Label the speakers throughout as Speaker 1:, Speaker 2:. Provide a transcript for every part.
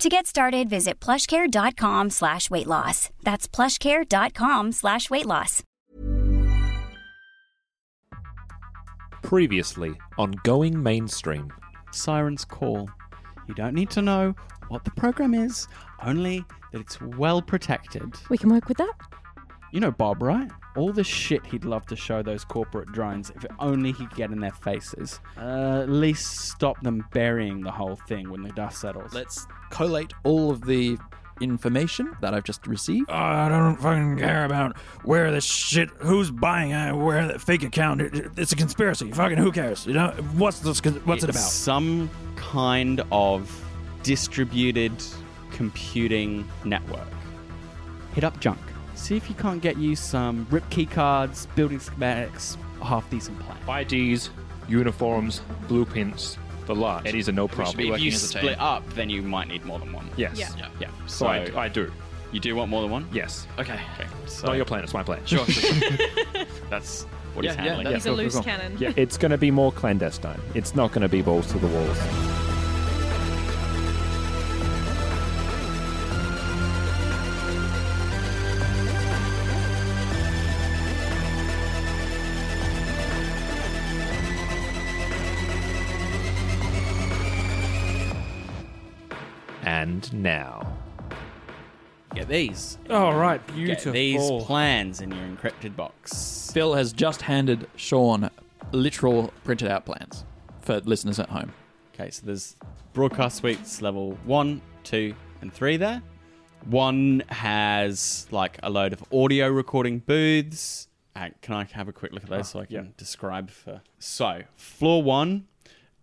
Speaker 1: To get started, visit plushcare.com slash weight loss. That's plushcare.com slash weight loss.
Speaker 2: Previously on Going Mainstream.
Speaker 3: Siren's Call. You don't need to know what the program is, only that it's well protected.
Speaker 4: We can work with that.
Speaker 3: You know Bob, right? All the shit he'd love to show those corporate drones if only he could get in their faces. Uh, at least stop them burying the whole thing when the dust settles.
Speaker 5: Let's collate all of the information that I've just received.
Speaker 6: I don't fucking care about where this shit, who's buying it, where that fake account. It, it's a conspiracy. Fucking who cares? You know what's this? What's it
Speaker 3: It's
Speaker 6: about?
Speaker 3: Some kind of distributed computing network. Hit up junk. See if you can't get you some rip key cards, building schematics, a half decent plan.
Speaker 2: IDs, uniforms, blueprints, the lot. It is a no problem.
Speaker 5: be
Speaker 3: if
Speaker 5: working
Speaker 3: you
Speaker 5: as a team.
Speaker 3: split up, then you might need more than one.
Speaker 2: yes.
Speaker 4: Yeah.
Speaker 5: Yeah.
Speaker 3: Yeah.
Speaker 2: So I, I do.
Speaker 3: you do want more than one?
Speaker 2: Yes.
Speaker 5: Okay.
Speaker 3: So
Speaker 2: Not your plan. It's my plan.
Speaker 5: Sure. sure.
Speaker 3: that's what
Speaker 5: yeah,
Speaker 3: he's
Speaker 5: yeah,
Speaker 3: handling.
Speaker 5: that's
Speaker 4: He's a
Speaker 5: cool, cool,
Speaker 4: loose
Speaker 5: cool.
Speaker 4: cannon.
Speaker 2: Yeah, it's going to be more clandestine. It's not going to be balls to the walls. And now.
Speaker 3: Get these.
Speaker 7: All right,
Speaker 3: Get
Speaker 7: beautiful.
Speaker 3: these plans in your encrypted box.
Speaker 5: Phil has just handed Sean literal printed out plans for listeners at home.
Speaker 3: Okay, so there's broadcast suites level one, two, and three there. One has like a load of audio recording booths. Uh, can I have a quick look at those so I can describe for? So floor one,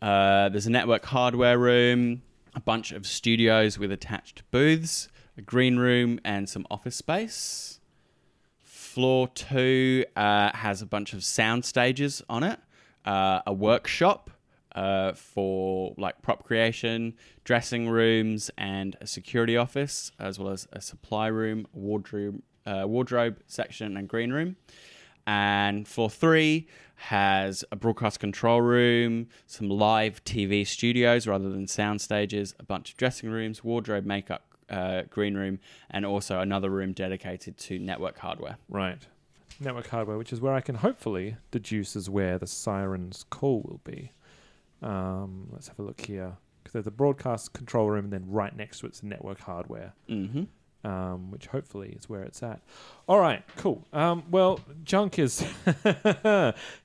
Speaker 3: uh, there's a network hardware room, a bunch of studios with attached booths, a green room, and some office space. Floor two uh, has a bunch of sound stages on it, uh, a workshop uh, for like prop creation, dressing rooms, and a security office, as well as a supply room, wardrobe, uh, wardrobe section, and green room. And floor three has a broadcast control room, some live TV studios rather than sound stages, a bunch of dressing rooms, wardrobe, makeup, uh, green room, and also another room dedicated to network hardware.
Speaker 7: Right. Network hardware, which is where I can hopefully deduce is where the siren's call will be. Um, let's have a look here. Because there's a broadcast control room, and then right next to it's the network hardware,
Speaker 3: Mm-hmm.
Speaker 7: um, which hopefully is where it's at. All right, cool. Um, well, Junk is.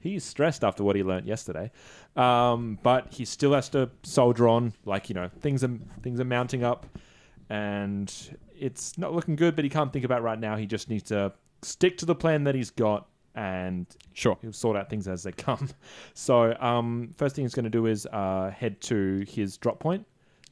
Speaker 7: he's stressed after what he learnt yesterday. Um, but he still has to soldier on. Like, you know, things are, things are mounting up, and it's not looking good, but he can't think about it right now. He just needs to stick to the plan that he's got and
Speaker 3: Sure.
Speaker 7: he'll sort out things as they come. So, um, first thing he's going to do is uh, head to his drop point.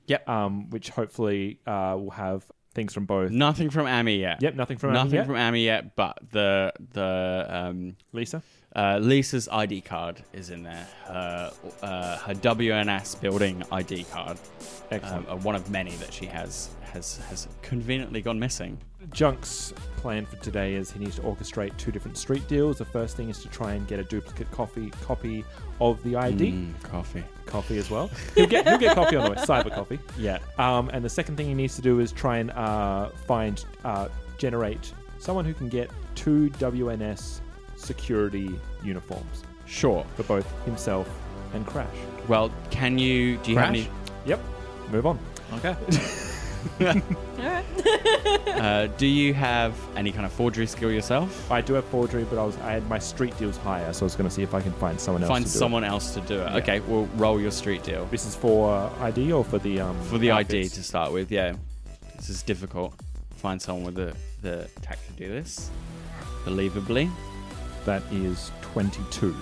Speaker 3: Yep.
Speaker 7: Um, which hopefully uh, will have things from both.
Speaker 3: Nothing from Amy yet.
Speaker 7: Yep, nothing from
Speaker 3: Nothing
Speaker 7: yet.
Speaker 3: from Amy yet, but the the um,
Speaker 7: Lisa.
Speaker 3: uh, Lisa's ID card is in there. Her uh, her WNS building ID card,
Speaker 7: Excellent. Um,
Speaker 3: um, uh, one of many that she has has has conveniently gone missing.
Speaker 7: Junk's plan for today is he needs to orchestrate two different street deals. The first thing is to try and get a duplicate coffee copy of the ID,
Speaker 3: Hmm. coffee.
Speaker 7: Mm, coffee as well. He'll get he'll get coffee on the way, cyber coffee.
Speaker 3: Yeah.
Speaker 7: Um, and the second thing he needs to do is try and uh, find uh, generate someone who can get two WNS security uniforms
Speaker 3: Sure.
Speaker 7: for both himself and Crash.
Speaker 3: Well, can you? Do you
Speaker 5: Crash?
Speaker 3: have
Speaker 7: Yep. Move on.
Speaker 5: Okay.
Speaker 3: any? Uh, do you have any kind of forgery skill yourself?
Speaker 7: I do have forgery, but I was I had my street deals higher, so I was going to see if I can find someone else.
Speaker 3: Find
Speaker 7: to do it.
Speaker 3: someone else to do it. Okay, we'll roll your street deal
Speaker 7: This is for uh, ID or for the um
Speaker 3: for the ID
Speaker 7: outfits?
Speaker 3: to start with. Yeah, this is difficult. Find someone with the the tact to do this. Believably.
Speaker 7: That is twenty-two.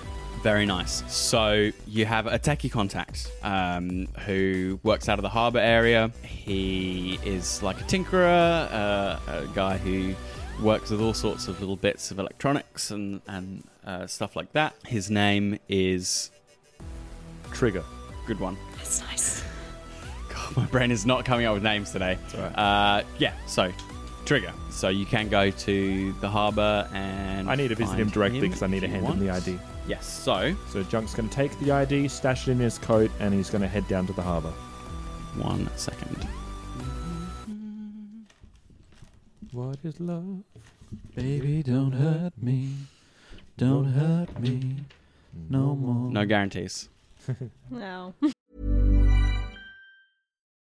Speaker 3: Very nice. So you have a techie contact um, who works out of the harbour area. He is like a tinkerer, uh, a guy who works with all sorts of little bits of electronics and and uh, stuff like that. His name is
Speaker 7: Trigger.
Speaker 3: good one.
Speaker 4: That's nice.
Speaker 3: God, my brain is not coming up with names today. Uh, yeah. So trigger. So you can go to the harbour and
Speaker 7: I need to visit
Speaker 3: find
Speaker 7: him directly
Speaker 3: him
Speaker 7: because I need
Speaker 3: if
Speaker 7: to
Speaker 3: you
Speaker 7: hand him the
Speaker 3: want.
Speaker 7: ID.
Speaker 3: Yes. So
Speaker 7: So Junk's going to take the ID, stash it in his coat, and he's going to head down to the harbour.
Speaker 3: one second.
Speaker 7: What is love?
Speaker 5: Baby, don't hurt me. Don't hurt me. No more.
Speaker 7: Oh.
Speaker 3: No guarantees.
Speaker 4: No.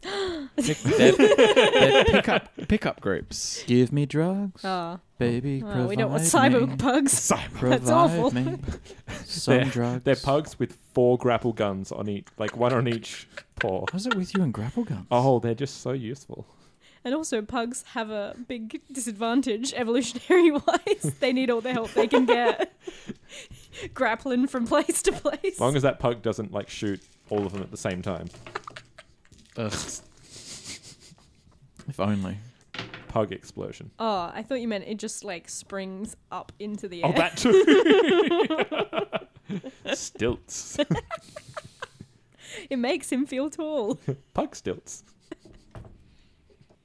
Speaker 3: they're, they're pickup pickup groups.
Speaker 5: Give me drugs,
Speaker 4: Oh,
Speaker 5: baby.
Speaker 4: well, we don't want
Speaker 5: provide
Speaker 4: cyber
Speaker 5: me.
Speaker 4: bugs.
Speaker 5: Provide
Speaker 4: awful.
Speaker 5: Me some
Speaker 7: They're-
Speaker 5: drugs.
Speaker 7: They're pugs with four grapple guns on each, like one on each paw.
Speaker 5: What's it with you and grapple guns?
Speaker 7: Oh, they're just so useful.
Speaker 4: And also, pugs have a big disadvantage evolutionary wise. they need all the help they can get. Grappling from place to place.
Speaker 7: As long as that pug doesn't like shoot all of them at the same time.
Speaker 5: if only.
Speaker 7: Pug explosion.
Speaker 4: oh, I thought you meant it just like springs up into the air.
Speaker 7: Oh, that too. stilts.
Speaker 4: it makes him feel tall.
Speaker 7: Pug stilts.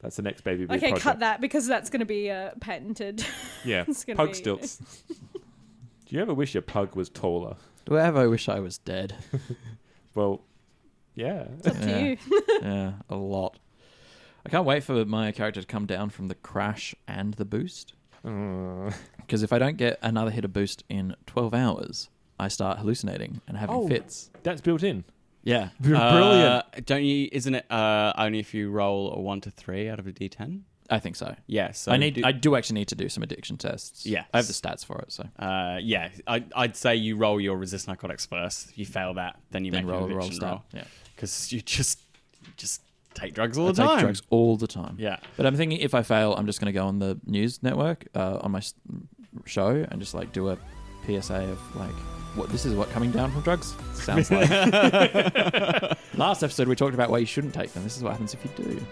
Speaker 7: That's the next baby. Bee
Speaker 4: Okay,
Speaker 7: project.
Speaker 4: cut that because that's going to be uh, patented.
Speaker 7: Yeah,
Speaker 4: It's gonna
Speaker 7: pug
Speaker 4: be-
Speaker 7: stilts. Do you ever wish your pug was taller?
Speaker 5: Do I ever wish I was dead?
Speaker 7: Well, yeah.
Speaker 4: Up to
Speaker 5: Yeah.
Speaker 4: you.
Speaker 5: yeah, a lot. I can't wait for my character to come down from the crash and the boost.
Speaker 7: Uh,
Speaker 5: Because if I don't get another hit of boost in 12 hours, I start hallucinating and having
Speaker 7: Oh.
Speaker 5: fits.
Speaker 7: that's built in.
Speaker 3: Yeah,
Speaker 7: brilliant.
Speaker 3: Uh, don't you? Isn't it uh, only if you roll a one to three out of a d10?
Speaker 5: I think so.
Speaker 3: Yeah. So
Speaker 5: I need.
Speaker 3: do-
Speaker 5: I do actually need to do some addiction tests.
Speaker 3: Yes.
Speaker 5: I have the stats for it. So
Speaker 3: uh, yeah, I, I'd say you roll your resist narcotics first. If you fail that, then you
Speaker 5: then
Speaker 3: make
Speaker 5: roll
Speaker 3: an
Speaker 5: roll
Speaker 3: addiction
Speaker 5: stat.
Speaker 3: roll
Speaker 5: Yeah.
Speaker 3: because you just you just take drugs all
Speaker 5: I
Speaker 3: the
Speaker 5: take
Speaker 3: time.
Speaker 5: drugs all the time.
Speaker 3: Yeah.
Speaker 5: But I'm thinking if I fail, I'm just going to go on the news network uh, on my s- show and just like do a PSA of like, what this is what coming down from drugs sounds like. Last episode we talked about why you shouldn't take them. This is what happens if you do.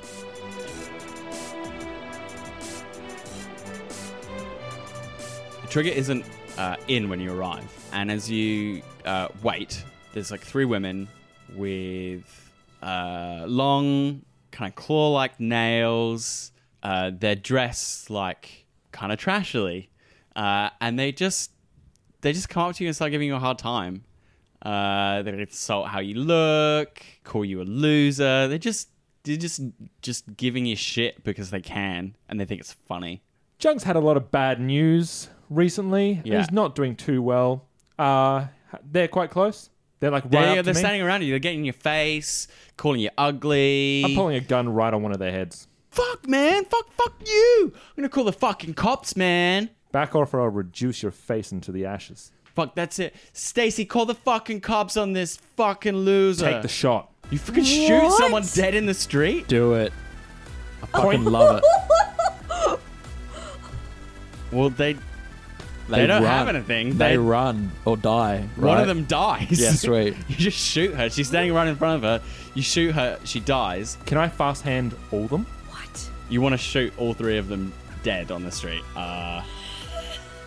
Speaker 3: Trigger isn't uh, in when you arrive, and as you uh, wait, there's like three women with uh, long, kind of claw-like nails. Uh, they're dressed like kind of trashily, uh, and they just they just come up to you and start giving you a hard time. Uh, they insult how you look, call you a loser. They just they're just just giving you shit because they can and they think it's funny.
Speaker 7: Jung's had a lot of bad news recently.
Speaker 3: Yeah.
Speaker 7: He's not doing too well. Uh, they're quite close. They're like right
Speaker 3: They, uh,
Speaker 7: up
Speaker 3: they're
Speaker 7: to me.
Speaker 3: standing around you. They're getting in your face, calling you ugly.
Speaker 7: I'm pulling a gun right on one of their heads.
Speaker 3: Fuck, man. Fuck, fuck you. I'm gonna call the fucking cops, man.
Speaker 7: Back off, or I'll reduce your face into the ashes.
Speaker 3: Fuck, that's it. Stacy, call the fucking cops on this fucking loser.
Speaker 7: Take the shot.
Speaker 3: You fucking shoot
Speaker 7: What?
Speaker 3: someone dead in the street?
Speaker 5: Do it. I fucking love it.
Speaker 3: Well, they they, don't have anything.
Speaker 5: They,
Speaker 3: They,
Speaker 5: run or die.
Speaker 3: one
Speaker 5: right?
Speaker 3: of them dies.
Speaker 5: Yeah, sweet.
Speaker 3: you just shoot her. She's standing right in front of her. You shoot her. She dies.
Speaker 7: Can I fast hand all them?
Speaker 3: What? You want to shoot all three of them dead on the street? Uh,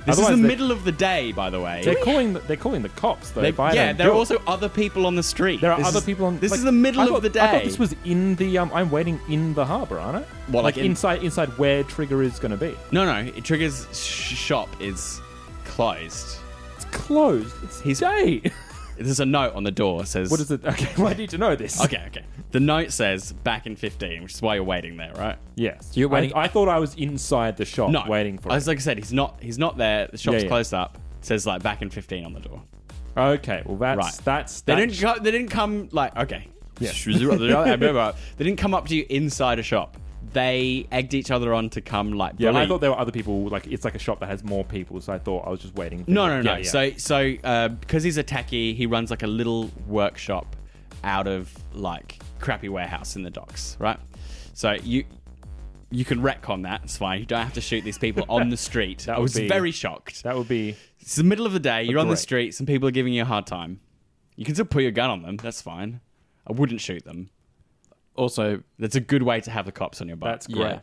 Speaker 3: this
Speaker 7: Otherwise
Speaker 3: is
Speaker 7: they-
Speaker 3: the middle of the day, by the way.
Speaker 7: They're calling. The, they're calling the cops though.
Speaker 3: They-
Speaker 7: if I
Speaker 3: yeah,
Speaker 7: don't
Speaker 3: there are
Speaker 7: do it.
Speaker 3: also other people on the street.
Speaker 7: There are
Speaker 3: This
Speaker 7: other
Speaker 3: is-
Speaker 7: people on.
Speaker 3: This
Speaker 7: like,
Speaker 3: is the middle
Speaker 7: I
Speaker 3: of
Speaker 7: thought-
Speaker 3: the day.
Speaker 7: I thought this was in the. Um, I'm waiting in the harbor, aren't it?
Speaker 3: What, like in-
Speaker 7: inside inside where Trigger is going to be?
Speaker 3: No, no. It triggers sh- shop is closed.
Speaker 7: It's closed. It's
Speaker 3: He's
Speaker 7: day.
Speaker 3: There's a note on the door that says.
Speaker 7: What is it? Okay, well, I need to know this.
Speaker 3: Okay, okay. The note says back in 15, which is why you're waiting there, right?
Speaker 7: Yes.
Speaker 5: You're waiting-
Speaker 7: I, I thought I was inside the shop waiting for
Speaker 3: As
Speaker 7: it.
Speaker 3: like I said, he's not. He's not there. The shop's
Speaker 7: Yeah, yeah.
Speaker 3: closed up. It says like back in 15 on the door.
Speaker 7: Okay. Well, that's
Speaker 3: Right.
Speaker 7: that's
Speaker 3: They
Speaker 7: that
Speaker 3: didn't. Go, they didn't come like okay.
Speaker 7: Yeah.
Speaker 3: they didn't come up to you inside a shop. They egged each other on to come like.
Speaker 7: Yeah, and I
Speaker 3: bully-
Speaker 7: thought there were other people. Like it's like a shop that has more people, so I thought I was just waiting. For
Speaker 3: No, no,
Speaker 7: them.
Speaker 3: no.
Speaker 7: Yeah, yeah.
Speaker 3: So, so uh, because he's a techie, he runs like a little workshop out of like crappy warehouse in the docks, right? So you you can retcon that. It's fine. You don't have to shoot these people on the street.
Speaker 7: That
Speaker 3: I
Speaker 7: would
Speaker 3: was
Speaker 7: be-
Speaker 3: very shocked.
Speaker 7: that would be
Speaker 3: It's the middle of the day. You're on the
Speaker 7: Great.
Speaker 3: street. Some people are giving you a hard time. You can still put your gun on them. That's fine. I wouldn't shoot them.
Speaker 5: Also,
Speaker 3: That's a good way to have the cops on your butt.
Speaker 7: that's great.
Speaker 5: Yeah.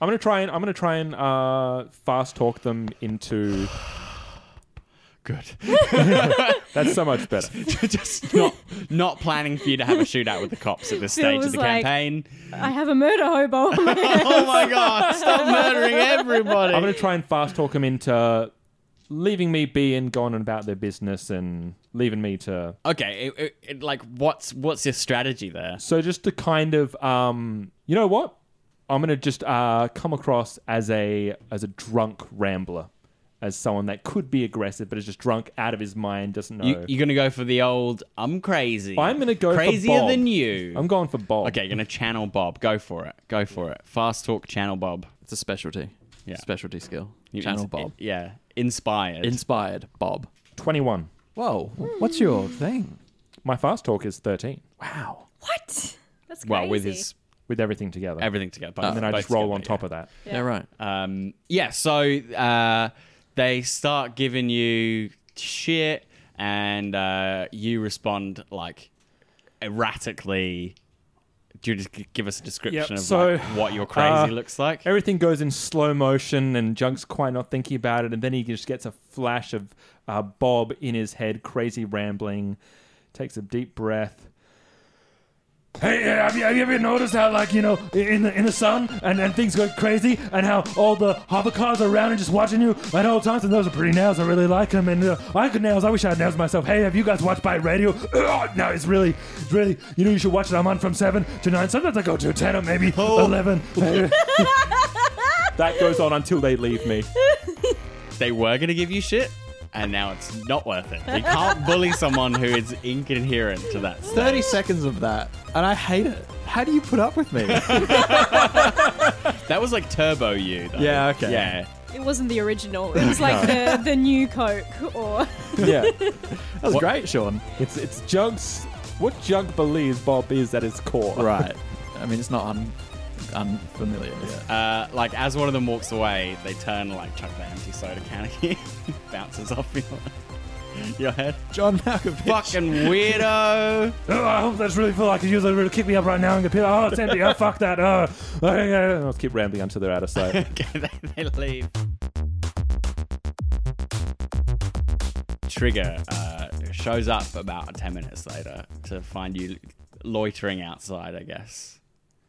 Speaker 7: I'm gonna try and I'm gonna try and uh, fast talk them into.
Speaker 3: good.
Speaker 7: That's so much better.
Speaker 3: Just not not planning for you to have a shootout with the cops at this
Speaker 4: Phil
Speaker 3: stage of
Speaker 4: was
Speaker 3: the
Speaker 4: like-
Speaker 3: campaign.
Speaker 4: I have a murder hobo on my hands.
Speaker 3: Oh my god! Stop murdering everybody.
Speaker 7: I'm gonna try and fast talk them into leaving me be and going about their business and leaving me to
Speaker 3: Okay, it, it, it, like what's what's your strategy there?
Speaker 7: So just to kind of, um, you know what? I'm gonna just uh, come across as a as a drunk rambler, as someone that could be aggressive but is just drunk out of his mind, doesn't know.
Speaker 3: You, you're gonna go for the old "I'm crazy."
Speaker 7: I'm gonna go for
Speaker 3: crazier
Speaker 7: Bob.
Speaker 3: than you.
Speaker 7: I'm going for Bob.
Speaker 3: okay, you're gonna channel Bob. Go for it. Go for it. Fast talk, channel Bob.
Speaker 5: it's a specialty.
Speaker 3: Yeah.
Speaker 5: Specialty skill.
Speaker 3: You
Speaker 5: Channel
Speaker 3: ins-
Speaker 5: Bob.
Speaker 3: yeah, inspired.
Speaker 5: Inspired Bob.
Speaker 7: 21.
Speaker 5: Whoa. What's your thing?
Speaker 7: My fast talk is 13
Speaker 5: Wow.
Speaker 4: What? That's crazy.
Speaker 3: well, with his
Speaker 7: with everything together,
Speaker 3: everything together,
Speaker 7: and then I just roll on top of that.
Speaker 5: Yeah, right.
Speaker 3: Um, yeah, so uh, they start giving you shit, and uh, you respond like erratically. Do you just g- give us a description
Speaker 7: Yep,
Speaker 3: of
Speaker 7: so,
Speaker 3: like, what your crazy
Speaker 7: uh,
Speaker 3: looks like?
Speaker 7: Everything goes in slow motion, and Junk's quite not thinking about it. And then he just gets a flash of uh, Bob in his head, crazy rambling, takes a deep breath.
Speaker 6: Hey, uh, have you, have you ever noticed how, like, you know, i- in the in the sun and, and things go crazy, and how all the hover cars are around and just watching you at all times? And those are pretty nails. I really like them. And uh, I could nails. I wish I had nails myself. Hey, have you guys watched by radio? Ugh, no, it's really, it's really. You know, you should watch it. I'm on from seven to nine. Sometimes I go to ten or maybe eleven. Hey,
Speaker 7: That goes on until they leave me.
Speaker 3: They were going to give you shit, and now it's not worth it. You can't bully someone who is incoherent to that. stuff.
Speaker 5: 30 seconds of that, and I hate it. How do you put up with me?
Speaker 3: That was like Turbo You. Though.
Speaker 5: Yeah, okay.
Speaker 3: Yeah.
Speaker 4: It wasn't the original. It was like the, the new Coke or
Speaker 7: yeah,
Speaker 5: that was great, Sean.
Speaker 7: it's it's Junk's. What Junk believes Bob is at his core.
Speaker 5: Right. I mean, it's not un- unfamiliar. Yeah.
Speaker 3: Uh, like as one of them walks away, they turn and, like chuck the empty soda can at you, bounces off your, your head.
Speaker 5: John Malkovich.
Speaker 3: Fucking weirdo.
Speaker 6: oh, I hope that's really full. I could use it. Really kick me up right now and get pissed. Oh, it's empty. Oh, fuck that. Oh, okay, yeah.
Speaker 7: Let's keep rambling until they're out of sight.
Speaker 3: okay, they, they leave. Trigger uh, shows up about ten minutes later to find you loitering outside. I guess.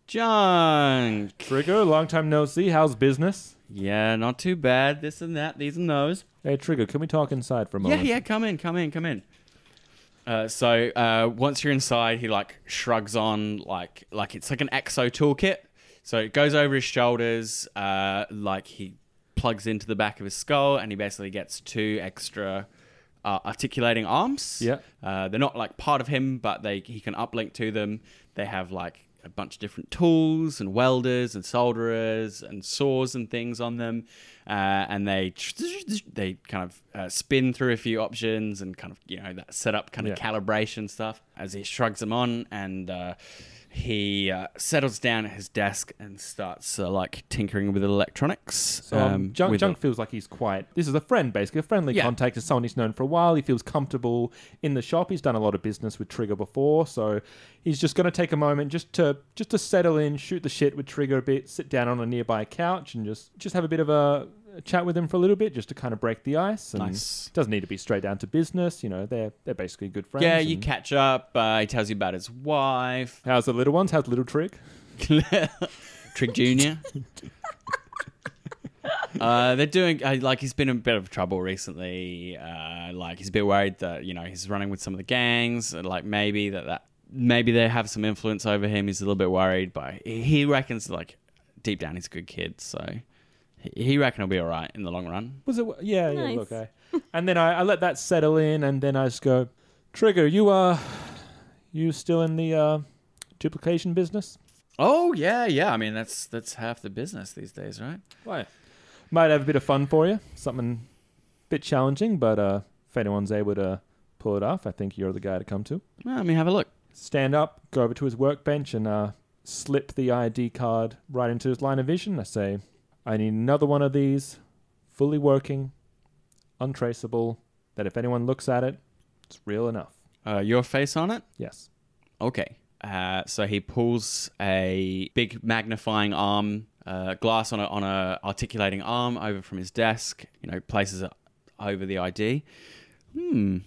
Speaker 3: Junk.
Speaker 7: Trigger, long time no see. How's business?
Speaker 3: Yeah, not too bad. This and that, these and those.
Speaker 7: Hey, Trigger, can we talk inside for a
Speaker 3: Yeah,
Speaker 7: moment?
Speaker 3: yeah, come in, come in, come in. Uh, so uh, once you're inside, he like shrugs on like like it's like an exo toolkit. So it goes over his shoulders, uh, like he plugs into the back of his skull, and he basically gets two extra uh, articulating arms.
Speaker 7: Yeah.
Speaker 3: uh, they're not like part of him, but they he can uplink to them. They have like a bunch of different tools and welders and solderers and saws and things on them, uh, and they they kind of uh, spin through a few options and kind of you know that setup kind of
Speaker 7: Yeah.
Speaker 3: calibration stuff as he shrugs them on and. Uh, he uh, settles down at his desk and starts uh, like tinkering with electronics.
Speaker 7: So um,
Speaker 3: um,
Speaker 7: Junk,
Speaker 3: with
Speaker 7: Junk feels like he's quiet. This is a friend, basically. A friendly
Speaker 3: Yeah.
Speaker 7: contact is someone he's known for a while. He feels comfortable in the shop. He's done a lot of business with Trigger before, so he's just going to take a moment just to just to settle in, shoot the shit with Trigger a bit, sit down on a nearby couch, and just just have a bit of a, a chat with him for a little bit, just to kind of break the ice. And
Speaker 3: Nice.
Speaker 7: Doesn't need to be straight down to business. You know, they're they're basically good friends.
Speaker 3: Yeah, you
Speaker 7: and-
Speaker 3: catch up. Uh, he tells you about his wife,
Speaker 7: How's the little ones? How's little Trig?
Speaker 3: Trick Junior. uh, they're doing uh, like he's been in a bit of trouble recently. Uh, like he's a bit worried that you know he's running with some of the gangs. And, like maybe that that maybe they have some influence over him. He's a little bit worried, but he he reckons like deep down he's a good kid, so he- he reckon he'll be all right in the long run.
Speaker 7: Was it? Yeah, yeah,
Speaker 4: Nice.
Speaker 7: look, I, and then I, I let that settle in, and then I just go, Trigger, you uh, you still in the uh, duplication business?
Speaker 3: Oh yeah, yeah. I mean that's that's half the business these days, right?
Speaker 7: Why? Might have a bit of fun for you. Something a bit challenging, but uh, if anyone's able to pull it off, I think you're the guy to come to.
Speaker 3: Well, I mean have a look.
Speaker 7: Stand up, go over to his workbench, and uh, slip the ID card right into his line of vision. I say, I need another one of these, fully working, untraceable. That if anyone looks at it, it's real enough.
Speaker 3: Uh, your face on it.
Speaker 7: Yes.
Speaker 3: Okay. Uh, so he pulls a big magnifying arm, uh, glass on a, on a articulating arm over from his desk. You know, places it over the ID. Hmm.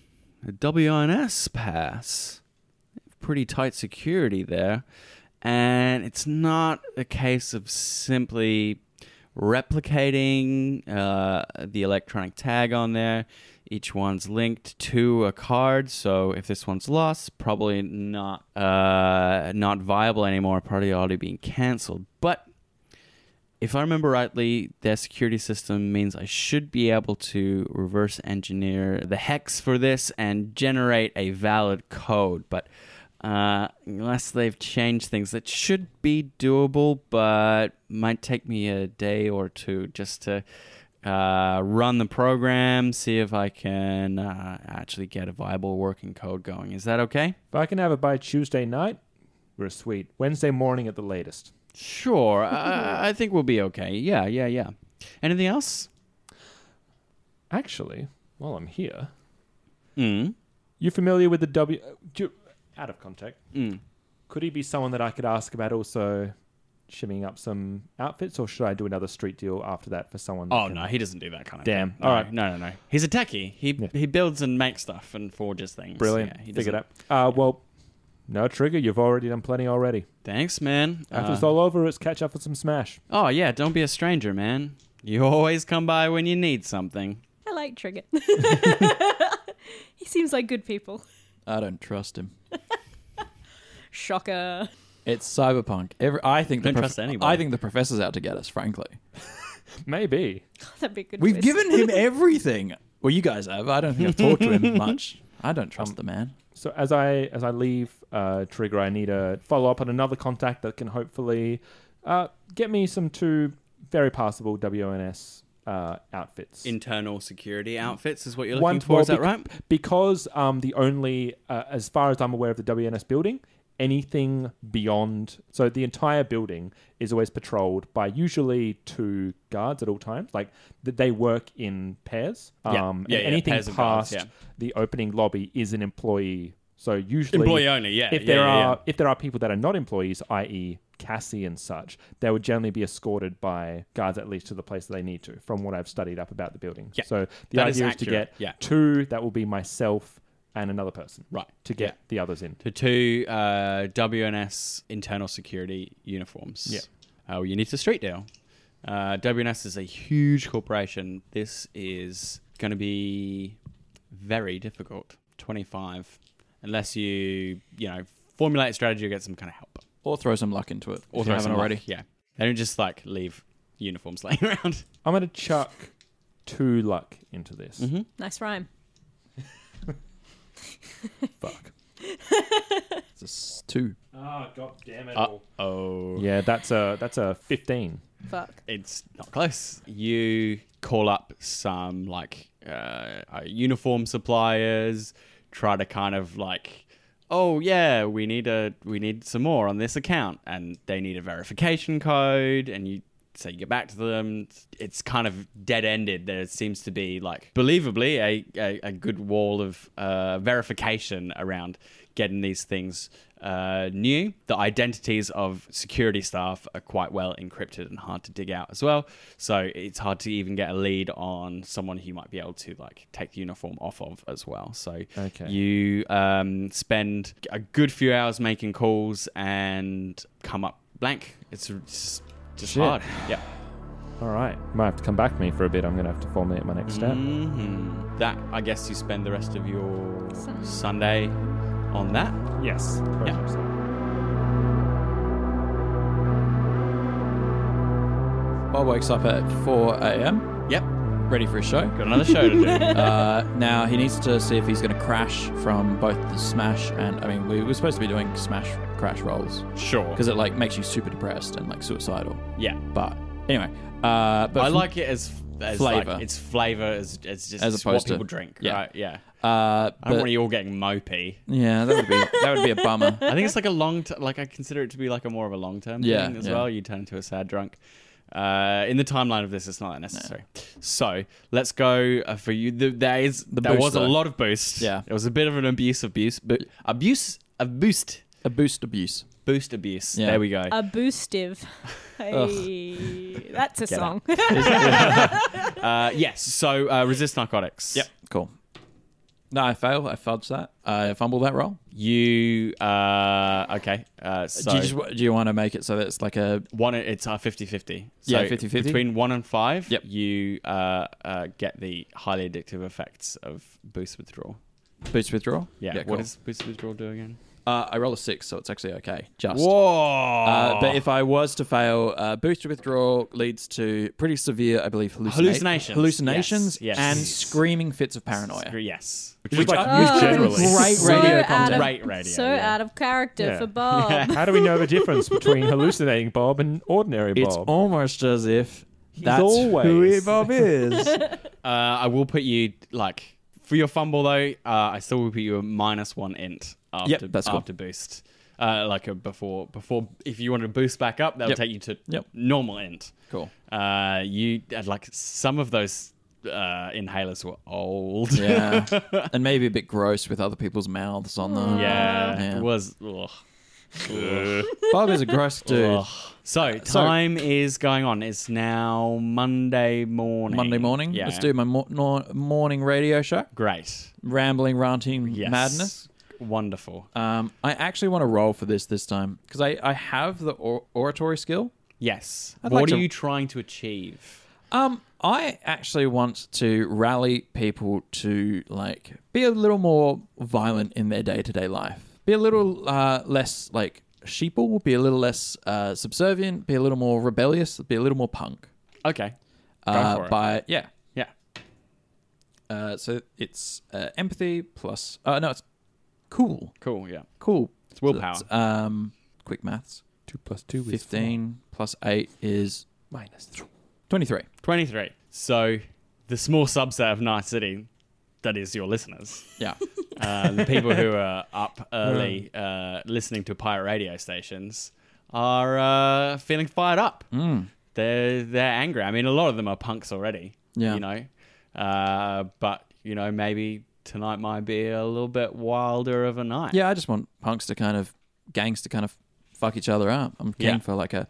Speaker 3: A WNS pass. Pretty tight security there, and it's not a case of simply replicating uh, the electronic tag on there. Each one's linked to a card, so if this one's lost, probably not uh, not viable anymore. Probably already being cancelled. But if I remember rightly, their security system means I should be able to reverse engineer the hex for this and generate a valid code. But uh, unless they've changed things, that should be doable, but might take me a day or two just to uh, run the program, see if I can uh, actually get a viable working code going. Is that okay?
Speaker 7: If I can have it by Tuesday night, we're sweet. Wednesday morning at the latest.
Speaker 3: Sure. I, I think we'll be okay. Yeah, yeah, yeah. Anything else?
Speaker 7: Actually, while I'm here,
Speaker 3: Mm.
Speaker 7: you familiar with the W? uh, do- out of contact.
Speaker 3: Mm.
Speaker 7: Could he be someone that I could ask about also shimming up some outfits, or should I do another street deal after that for someone? that
Speaker 3: Oh
Speaker 7: can-
Speaker 3: no, he doesn't do that kind of
Speaker 7: Damn.
Speaker 3: thing.
Speaker 7: All right.
Speaker 3: No, no, no. He's a techie. He
Speaker 7: Yeah.
Speaker 3: he builds and makes stuff and forges things.
Speaker 7: Brilliant.
Speaker 3: Yeah, he
Speaker 7: Figured
Speaker 3: doesn't-
Speaker 7: out. Uh, Well, no trigger. You've already done plenty already.
Speaker 3: Thanks, man.
Speaker 7: After
Speaker 3: Uh,
Speaker 7: it's all over, it's catch up with some smash.
Speaker 3: oh yeah, don't be a stranger, man. You always come by when you need something.
Speaker 4: I like Trigger. he seems like good people.
Speaker 5: I don't trust him.
Speaker 4: Shocker.
Speaker 5: It's cyberpunk. Every, I think
Speaker 3: Don't
Speaker 5: the
Speaker 3: trust anybody.
Speaker 5: I think the professor's out to get us. Frankly,
Speaker 7: Maybe.
Speaker 4: That'd be a good.
Speaker 5: we've
Speaker 4: twist.
Speaker 5: given him everything. Well, you guys have. I don't think I've talked to him much. I don't trust the man.
Speaker 7: So as I as I leave uh, Trigger, I need to follow up on another contact that can hopefully uh, get me some two very passable WNS uh, outfits.
Speaker 3: Internal security outfits is what you're
Speaker 7: One-
Speaker 3: looking for. Is
Speaker 7: well,
Speaker 3: that
Speaker 7: bec-
Speaker 3: right?
Speaker 7: Because um, the only, uh, as far as I'm aware of the WNS building, anything beyond, so the entire building is always patrolled by usually two guards at all times. Like th- they work in pairs. Um,
Speaker 3: Yeah.
Speaker 7: and
Speaker 3: Yeah, yeah,
Speaker 7: anything
Speaker 3: pairs of guards,
Speaker 7: past
Speaker 3: yeah.
Speaker 7: the opening lobby is an employee. So usually
Speaker 3: Employee only, yeah,
Speaker 7: If
Speaker 3: yeah,
Speaker 7: there
Speaker 3: yeah,
Speaker 7: are
Speaker 3: yeah.
Speaker 7: if there are people that are not employees, i.e., Cassie and such, they would generally be escorted by guards at least to the place that they need to, from what I've studied up about the building.
Speaker 3: Yeah.
Speaker 7: So the
Speaker 3: That is
Speaker 7: idea is, to
Speaker 3: accurate,
Speaker 7: get
Speaker 3: yeah.
Speaker 7: two that will be myself and another person.
Speaker 3: Right,
Speaker 7: To get
Speaker 3: yeah.
Speaker 7: the others in.
Speaker 3: To two uh, WNS internal security uniforms. Uh,
Speaker 7: Yeah.
Speaker 3: Oh, you need to street deal. Uh, WNS is a huge corporation. This is going to be very difficult. 25, unless you you know formulate a strategy or get some kind of help.
Speaker 5: Or throw some luck into
Speaker 3: Or
Speaker 5: it. if you
Speaker 3: throw
Speaker 5: haven't
Speaker 3: some
Speaker 5: already.
Speaker 3: luck, Yeah, they don't just like leave uniforms laying around.
Speaker 7: I'm going to chuck two luck into this.
Speaker 3: Mhm.
Speaker 4: Nice rhyme.
Speaker 7: Fuck.
Speaker 5: It's a s- two.
Speaker 7: Ah, god damn it.
Speaker 3: oh.
Speaker 7: Yeah, that's a that's a 15.
Speaker 4: Fuck.
Speaker 3: It's not close. You call up some like uh, uh, uniform suppliers, try to kind of like, oh yeah, we need a we need some more on this account, and they need a verification code, and you so you get back to them. It's kind of dead ended. There seems to be like believably a a, a good wall of uh, verification around getting these things uh, new. The identities of security staff are quite well encrypted and hard to dig out as well. So it's hard to even get a lead on someone who you might be able to like take the uniform off of as well. So
Speaker 7: Okay.
Speaker 3: you um, spend a good few hours making calls and come up blank. It's just, just
Speaker 7: Shit.
Speaker 3: hard. Yeah.
Speaker 7: All right. Might have to come back to me for a bit. I'm going to have to formulate my next step.
Speaker 3: Mhm. That I guess you spend the rest of your
Speaker 4: Sunday.
Speaker 3: Sunday on that.
Speaker 7: Yes. very
Speaker 3: Yeah.
Speaker 7: much so.
Speaker 5: Bob wakes up at 4 a.m.,
Speaker 3: Yep.
Speaker 5: ready for his show.
Speaker 3: Got another show to do.
Speaker 5: Uh, now he needs to see if he's going to crash from both the smash and I mean we were supposed to be doing smash crash rolls
Speaker 3: sure.
Speaker 5: because it like makes you super depressed and like suicidal.
Speaker 3: yeah.
Speaker 5: But anyway, uh, but
Speaker 3: I
Speaker 5: from-
Speaker 3: like it as, as
Speaker 5: Flavor.
Speaker 3: Like, it's flavor as, as just
Speaker 5: As
Speaker 3: it's
Speaker 5: opposed
Speaker 3: what
Speaker 5: to-
Speaker 3: people drink.
Speaker 5: yeah.
Speaker 3: Right. Yeah.
Speaker 5: Uh,
Speaker 3: I don't
Speaker 5: but-
Speaker 3: want you all getting mopey.
Speaker 5: yeah, that would be that would be a bummer.
Speaker 3: I think it's like a long t- like I consider it to be like a more of a long term
Speaker 5: Yeah,
Speaker 3: thing as
Speaker 5: yeah.
Speaker 3: well. You turn into a sad drunk. Uh, in the timeline of this, it's not that necessary. So let's go uh, for you. The, there is
Speaker 5: The
Speaker 3: there
Speaker 5: boost,
Speaker 3: was a
Speaker 5: though.
Speaker 3: lot of boost.
Speaker 5: Yeah.
Speaker 3: it was a bit of an abuse abuse, but abuse a boost
Speaker 5: A boost abuse.
Speaker 3: boost abuse.
Speaker 5: Yeah.
Speaker 3: There we go.
Speaker 4: A boostive. Hey, that's a
Speaker 3: it.
Speaker 4: song.
Speaker 3: Uh, yes. So uh, resist narcotics.
Speaker 5: Cool. No, I fail. I fudge that. I fumble that roll.
Speaker 3: You uh, okay? Uh, so
Speaker 5: do you just wa- do you want to make it so that it's like a
Speaker 3: one it's uh, 50-50
Speaker 5: Yeah, 50-50.
Speaker 3: between one and five
Speaker 5: Yep.
Speaker 3: you uh, uh, get the highly addictive effects of boost withdrawal
Speaker 5: boost withdrawal?
Speaker 3: yeah,
Speaker 5: cool.
Speaker 3: what does boost withdrawal do again
Speaker 5: Uh, I roll a six, so it's actually okay. Just.
Speaker 3: whoa
Speaker 5: Uh, but if I was to fail, uh, booster withdrawal leads to pretty severe, I believe, hallucina-
Speaker 3: Hallucinations.
Speaker 5: hallucinations
Speaker 3: Yes, yes.
Speaker 5: and
Speaker 3: Jeez.
Speaker 5: screaming fits of paranoia.
Speaker 3: yes
Speaker 7: Which, like, use generally.
Speaker 5: Great
Speaker 4: so
Speaker 5: radio
Speaker 4: out
Speaker 5: content.
Speaker 4: of-
Speaker 3: Great radio,
Speaker 4: So
Speaker 3: yeah.
Speaker 4: out of character
Speaker 7: Yeah.
Speaker 4: for Bob.
Speaker 7: How do we know the difference between hallucinating Bob and ordinary Bob?
Speaker 5: It's almost as if that's
Speaker 7: that's always-
Speaker 5: who
Speaker 7: who
Speaker 5: he
Speaker 7: he
Speaker 5: Bob is.
Speaker 3: uh, I will put you like for your fumble though uh, I still will put you a minus one int after,
Speaker 5: Yep, that's cool.
Speaker 3: after boost uh, like a before before if you want to boost back up that'll
Speaker 5: Yep.
Speaker 3: take you to
Speaker 5: Yep.
Speaker 3: normal int
Speaker 5: cool.
Speaker 3: Uh, you uh, like some of those uh, inhalers were old.
Speaker 5: Yeah, and maybe a bit gross with other people's mouths on them.
Speaker 3: Mm. yeah,
Speaker 5: Yeah.
Speaker 3: It was. ugh. Ugh.
Speaker 5: Bob is a gross dude.
Speaker 3: Ugh. So time is going on. It's now Monday morning.
Speaker 5: Monday morning,
Speaker 3: Yeah.
Speaker 5: let's do my mor- nor- morning radio show.
Speaker 3: Great.
Speaker 5: Rambling, ranting,
Speaker 3: Yes.
Speaker 5: madness.
Speaker 3: Wonderful.
Speaker 5: Um, I actually want to roll for this this time because I, I have the or- oratory skill.
Speaker 3: Yes.
Speaker 5: I'd
Speaker 3: what
Speaker 5: like
Speaker 3: are
Speaker 5: to-
Speaker 3: you trying to achieve?
Speaker 5: Um, I actually want to rally people to like be a little more violent in their day to day life, be a little uh, less like sheeple, be a little less uh, subservient, be a little more rebellious, be a little more punk.
Speaker 3: Okay. Go
Speaker 5: Uh,
Speaker 3: for it.
Speaker 5: By yeah,
Speaker 3: yeah.
Speaker 5: uh, so it's uh, empathy plus. Uh, no, it's cool,
Speaker 3: Cool. Yeah.
Speaker 5: cool. It's
Speaker 3: willpower.
Speaker 5: um, quick maths.
Speaker 7: two plus two is
Speaker 5: Fifteen plus eight is
Speaker 7: minus three.
Speaker 5: twenty-three.
Speaker 3: Twenty-three. So the small subset of Night City, that is your listeners.
Speaker 5: Yeah.
Speaker 3: uh, the people who are up early uh, listening to pirate radio stations are uh, feeling fired up. They're they're angry. I mean, a lot of them are punks already.
Speaker 5: Yeah.
Speaker 3: you know, uh, but you know, maybe tonight might be a little bit wilder of a night.
Speaker 5: Yeah, I just want punks to kind of gangs to kind of fuck each other up. I'm keen
Speaker 3: Yeah.
Speaker 5: for like a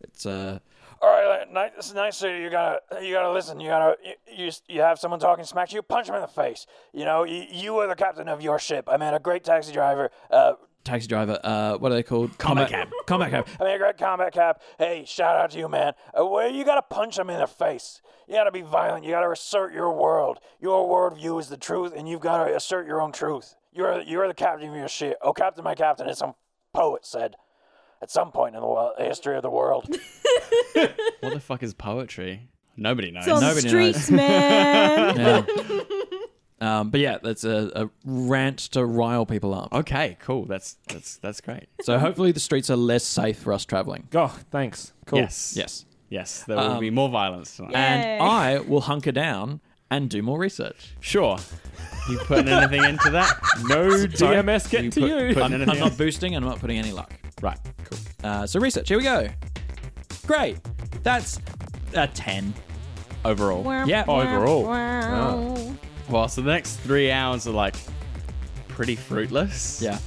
Speaker 5: it's a
Speaker 6: All right, night, this is night city. You gotta, you gotta listen. You gotta, you, you, you have someone talking smack to you, punch him in the face. You know, you, you are the captain of your ship. I mean, a great taxi driver. Uh,
Speaker 5: taxi driver. Uh, what are they called?
Speaker 8: Combat cab.
Speaker 5: Combat cab.
Speaker 8: I mean, a great combat cap. Hey, shout out to you, man. Uh, Where you gotta punch them in the face. You gotta be violent. You gotta assert your world. Your worldview is the truth, and you've gotta assert your own truth. You're you're the captain of your shit. Oh, captain, my captain, as some poet said, at some point in the wo- history of the world.
Speaker 3: What the fuck is poetry? Nobody knows.
Speaker 5: It's on the
Speaker 3: Nobody
Speaker 5: streets, man. Yeah. Um, but yeah, that's a, a rant to rile people up.
Speaker 3: Okay, cool. That's that's that's great.
Speaker 5: So hopefully the streets are less safe for us traveling.
Speaker 7: Oh, thanks. Cool.
Speaker 3: Yes.
Speaker 5: Yes.
Speaker 3: Yes. There will
Speaker 5: Um,
Speaker 3: be more violence tonight.
Speaker 5: And I will hunker down and do more research.
Speaker 3: Sure. You putting anything into that? No
Speaker 5: Sorry.
Speaker 3: DMS get to you.
Speaker 5: I'm, I'm not boosting and I'm not putting any luck.
Speaker 3: Right. Cool.
Speaker 5: Uh, so research, here we go. Great. That's a 10 overall.
Speaker 3: Yeah, overall. Ah.
Speaker 4: Oh.
Speaker 3: Well, so the next three hours are like pretty fruitless.
Speaker 5: Yeah.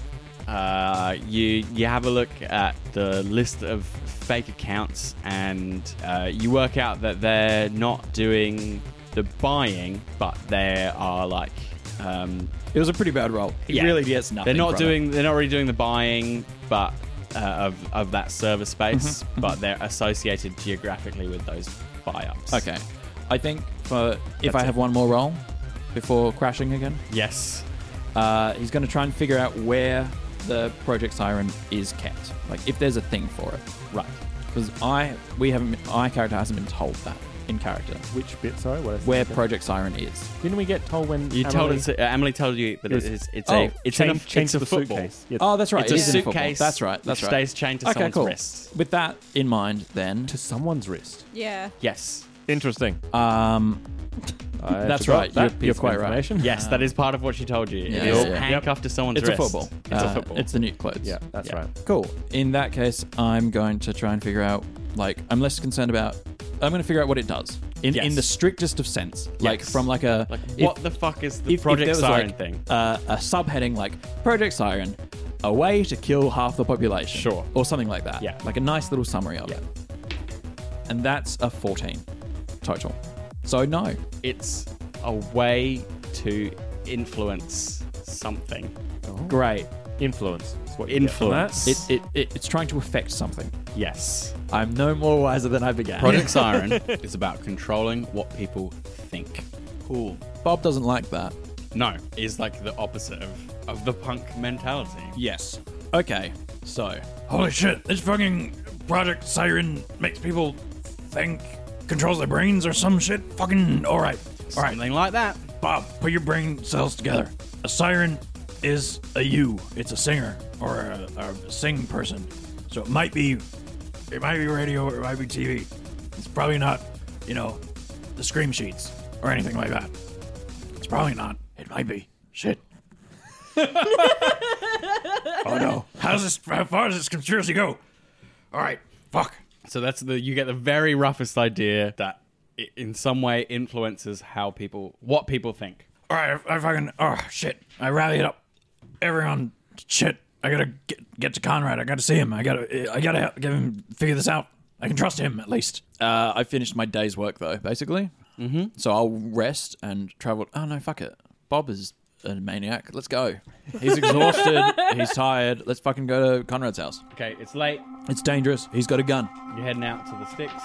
Speaker 3: Uh, you you have a look at the list of fake accounts, and uh, you work out that they're not doing the buying, but they are like um,
Speaker 5: It was a pretty bad roll. It
Speaker 3: Yeah.
Speaker 5: really gets nothing.
Speaker 3: They're not
Speaker 5: from it.
Speaker 3: doing. They're not really doing the buying, but uh, of of that server
Speaker 5: Mm-hmm,
Speaker 3: space, but they're associated geographically with those buy ups.
Speaker 5: Okay. I think for if
Speaker 3: That's
Speaker 5: I have
Speaker 3: it.
Speaker 5: one more roll before crashing again,
Speaker 3: Yes.
Speaker 5: uh, he's going to try and figure out where the Project Siren is kept. Like if there's a thing for it.
Speaker 3: Right.
Speaker 5: Because I we haven't I character hasn't been told that in character
Speaker 7: Which bit? Sorry, what? is
Speaker 5: where
Speaker 7: that?
Speaker 5: Project Siren is.
Speaker 7: Didn't we get told when
Speaker 3: You told
Speaker 7: Emily-
Speaker 3: us. Uh, Emily told you that
Speaker 7: It was-
Speaker 3: it's it's
Speaker 5: Oh,
Speaker 3: a it's
Speaker 7: change-
Speaker 3: in a,
Speaker 7: change
Speaker 3: it's a
Speaker 7: the
Speaker 3: football.
Speaker 7: suitcase. Yeah.
Speaker 5: Oh, that's right.
Speaker 3: It's
Speaker 5: it
Speaker 3: a
Speaker 5: is in football.
Speaker 3: suitcase
Speaker 5: That's right.
Speaker 3: which
Speaker 5: That's right.
Speaker 3: stays chained to
Speaker 5: okay,
Speaker 3: someone's
Speaker 5: cool.
Speaker 3: wrist.
Speaker 5: With that in mind, then
Speaker 7: to someone's wrist?
Speaker 4: Yeah.
Speaker 3: Yes.
Speaker 7: Interesting.
Speaker 5: um,
Speaker 7: I
Speaker 5: that's
Speaker 7: forgot
Speaker 5: right.
Speaker 7: that
Speaker 5: You're,
Speaker 7: piece
Speaker 5: you're
Speaker 7: of
Speaker 5: quite right.
Speaker 7: information.
Speaker 3: Yes, that is part of what she told you.
Speaker 5: Yeah.
Speaker 3: You're
Speaker 5: Yeah.
Speaker 3: handcuffed to someone's
Speaker 5: It's a
Speaker 3: wrist.
Speaker 5: football.
Speaker 3: It's
Speaker 5: Uh,
Speaker 3: a football.
Speaker 5: It's the new clothes.
Speaker 7: Yeah, that's
Speaker 3: Yeah.
Speaker 7: right.
Speaker 5: Cool. In that case, I'm going to try and figure out, like, I'm less concerned about. I'm going to figure out what it does in,
Speaker 3: Yes.
Speaker 5: in the strictest of sense, like
Speaker 3: Yes.
Speaker 5: from like a
Speaker 3: like
Speaker 5: if-
Speaker 3: what the fuck is the
Speaker 5: if- if
Speaker 3: Project
Speaker 5: there was,
Speaker 3: Siren
Speaker 5: like,
Speaker 3: thing?
Speaker 5: Uh, a subheading like Project Siren, a way to kill half the population,
Speaker 3: Sure.
Speaker 5: or something like that.
Speaker 3: Yeah.
Speaker 5: like a nice little summary of it. And that's a 14 total. So no,
Speaker 3: It's a way to influence something.
Speaker 5: great.
Speaker 7: Influence. is what you get from
Speaker 3: Influence.
Speaker 5: It, it, it it's trying to affect something.
Speaker 3: yes.
Speaker 5: I'm no more wiser than I began.
Speaker 8: Project
Speaker 3: Siren is about controlling what people think. Cool.
Speaker 5: Bob doesn't like that.
Speaker 3: No, is like the opposite of, of the punk mentality.
Speaker 5: Yes. Okay. So
Speaker 8: Holy shit! This fucking Project Siren makes people think, controls their brains or some shit. Fucking all right, all right.
Speaker 3: Something like that.
Speaker 8: Bob, put your brain cells together. A siren is a you. It's a singer or a, a sing person. So it might be, it might be radio or it might be TV. It's probably not, you know, the scream sheets or anything like that. It's probably not. It might be. Shit. oh no! How's this? How far does this conspiracy go? All right. Fuck.
Speaker 3: So that's the you get the very roughest idea that it in some way influences how people what people think.
Speaker 8: All right, I, I fucking oh shit! I rallied up. Everyone, shit! I gotta get, get to Conrad. I gotta see him. I gotta I gotta help, give him figure this out. I can trust him at least.
Speaker 5: uh, I finished my day's work though, basically. Mm-hmm. So I'll rest and travel. Oh no, fuck it. Bob is a maniac. Let's go. He's exhausted. He's tired. Let's fucking go to Conrad's house.
Speaker 3: Okay, it's late.
Speaker 5: It's dangerous. He's got a gun.
Speaker 3: You're heading out to the sticks.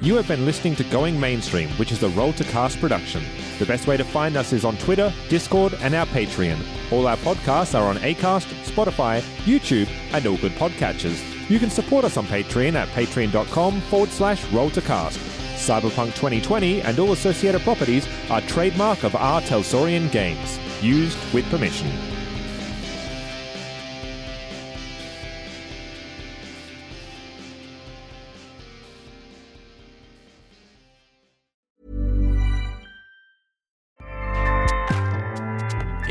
Speaker 7: You have been listening to Going Mainstream, which is a Roll to Cast production. The best way to find us is on Twitter, Discord, and our Patreon. All our podcasts are on Acast, Spotify, YouTube, and all good podcatchers. You can support us on Patreon at patreon.com forward slash roll to cast. Cyberpunk 2020 and all associated properties are trademark of our Telsorian Games, used with permission.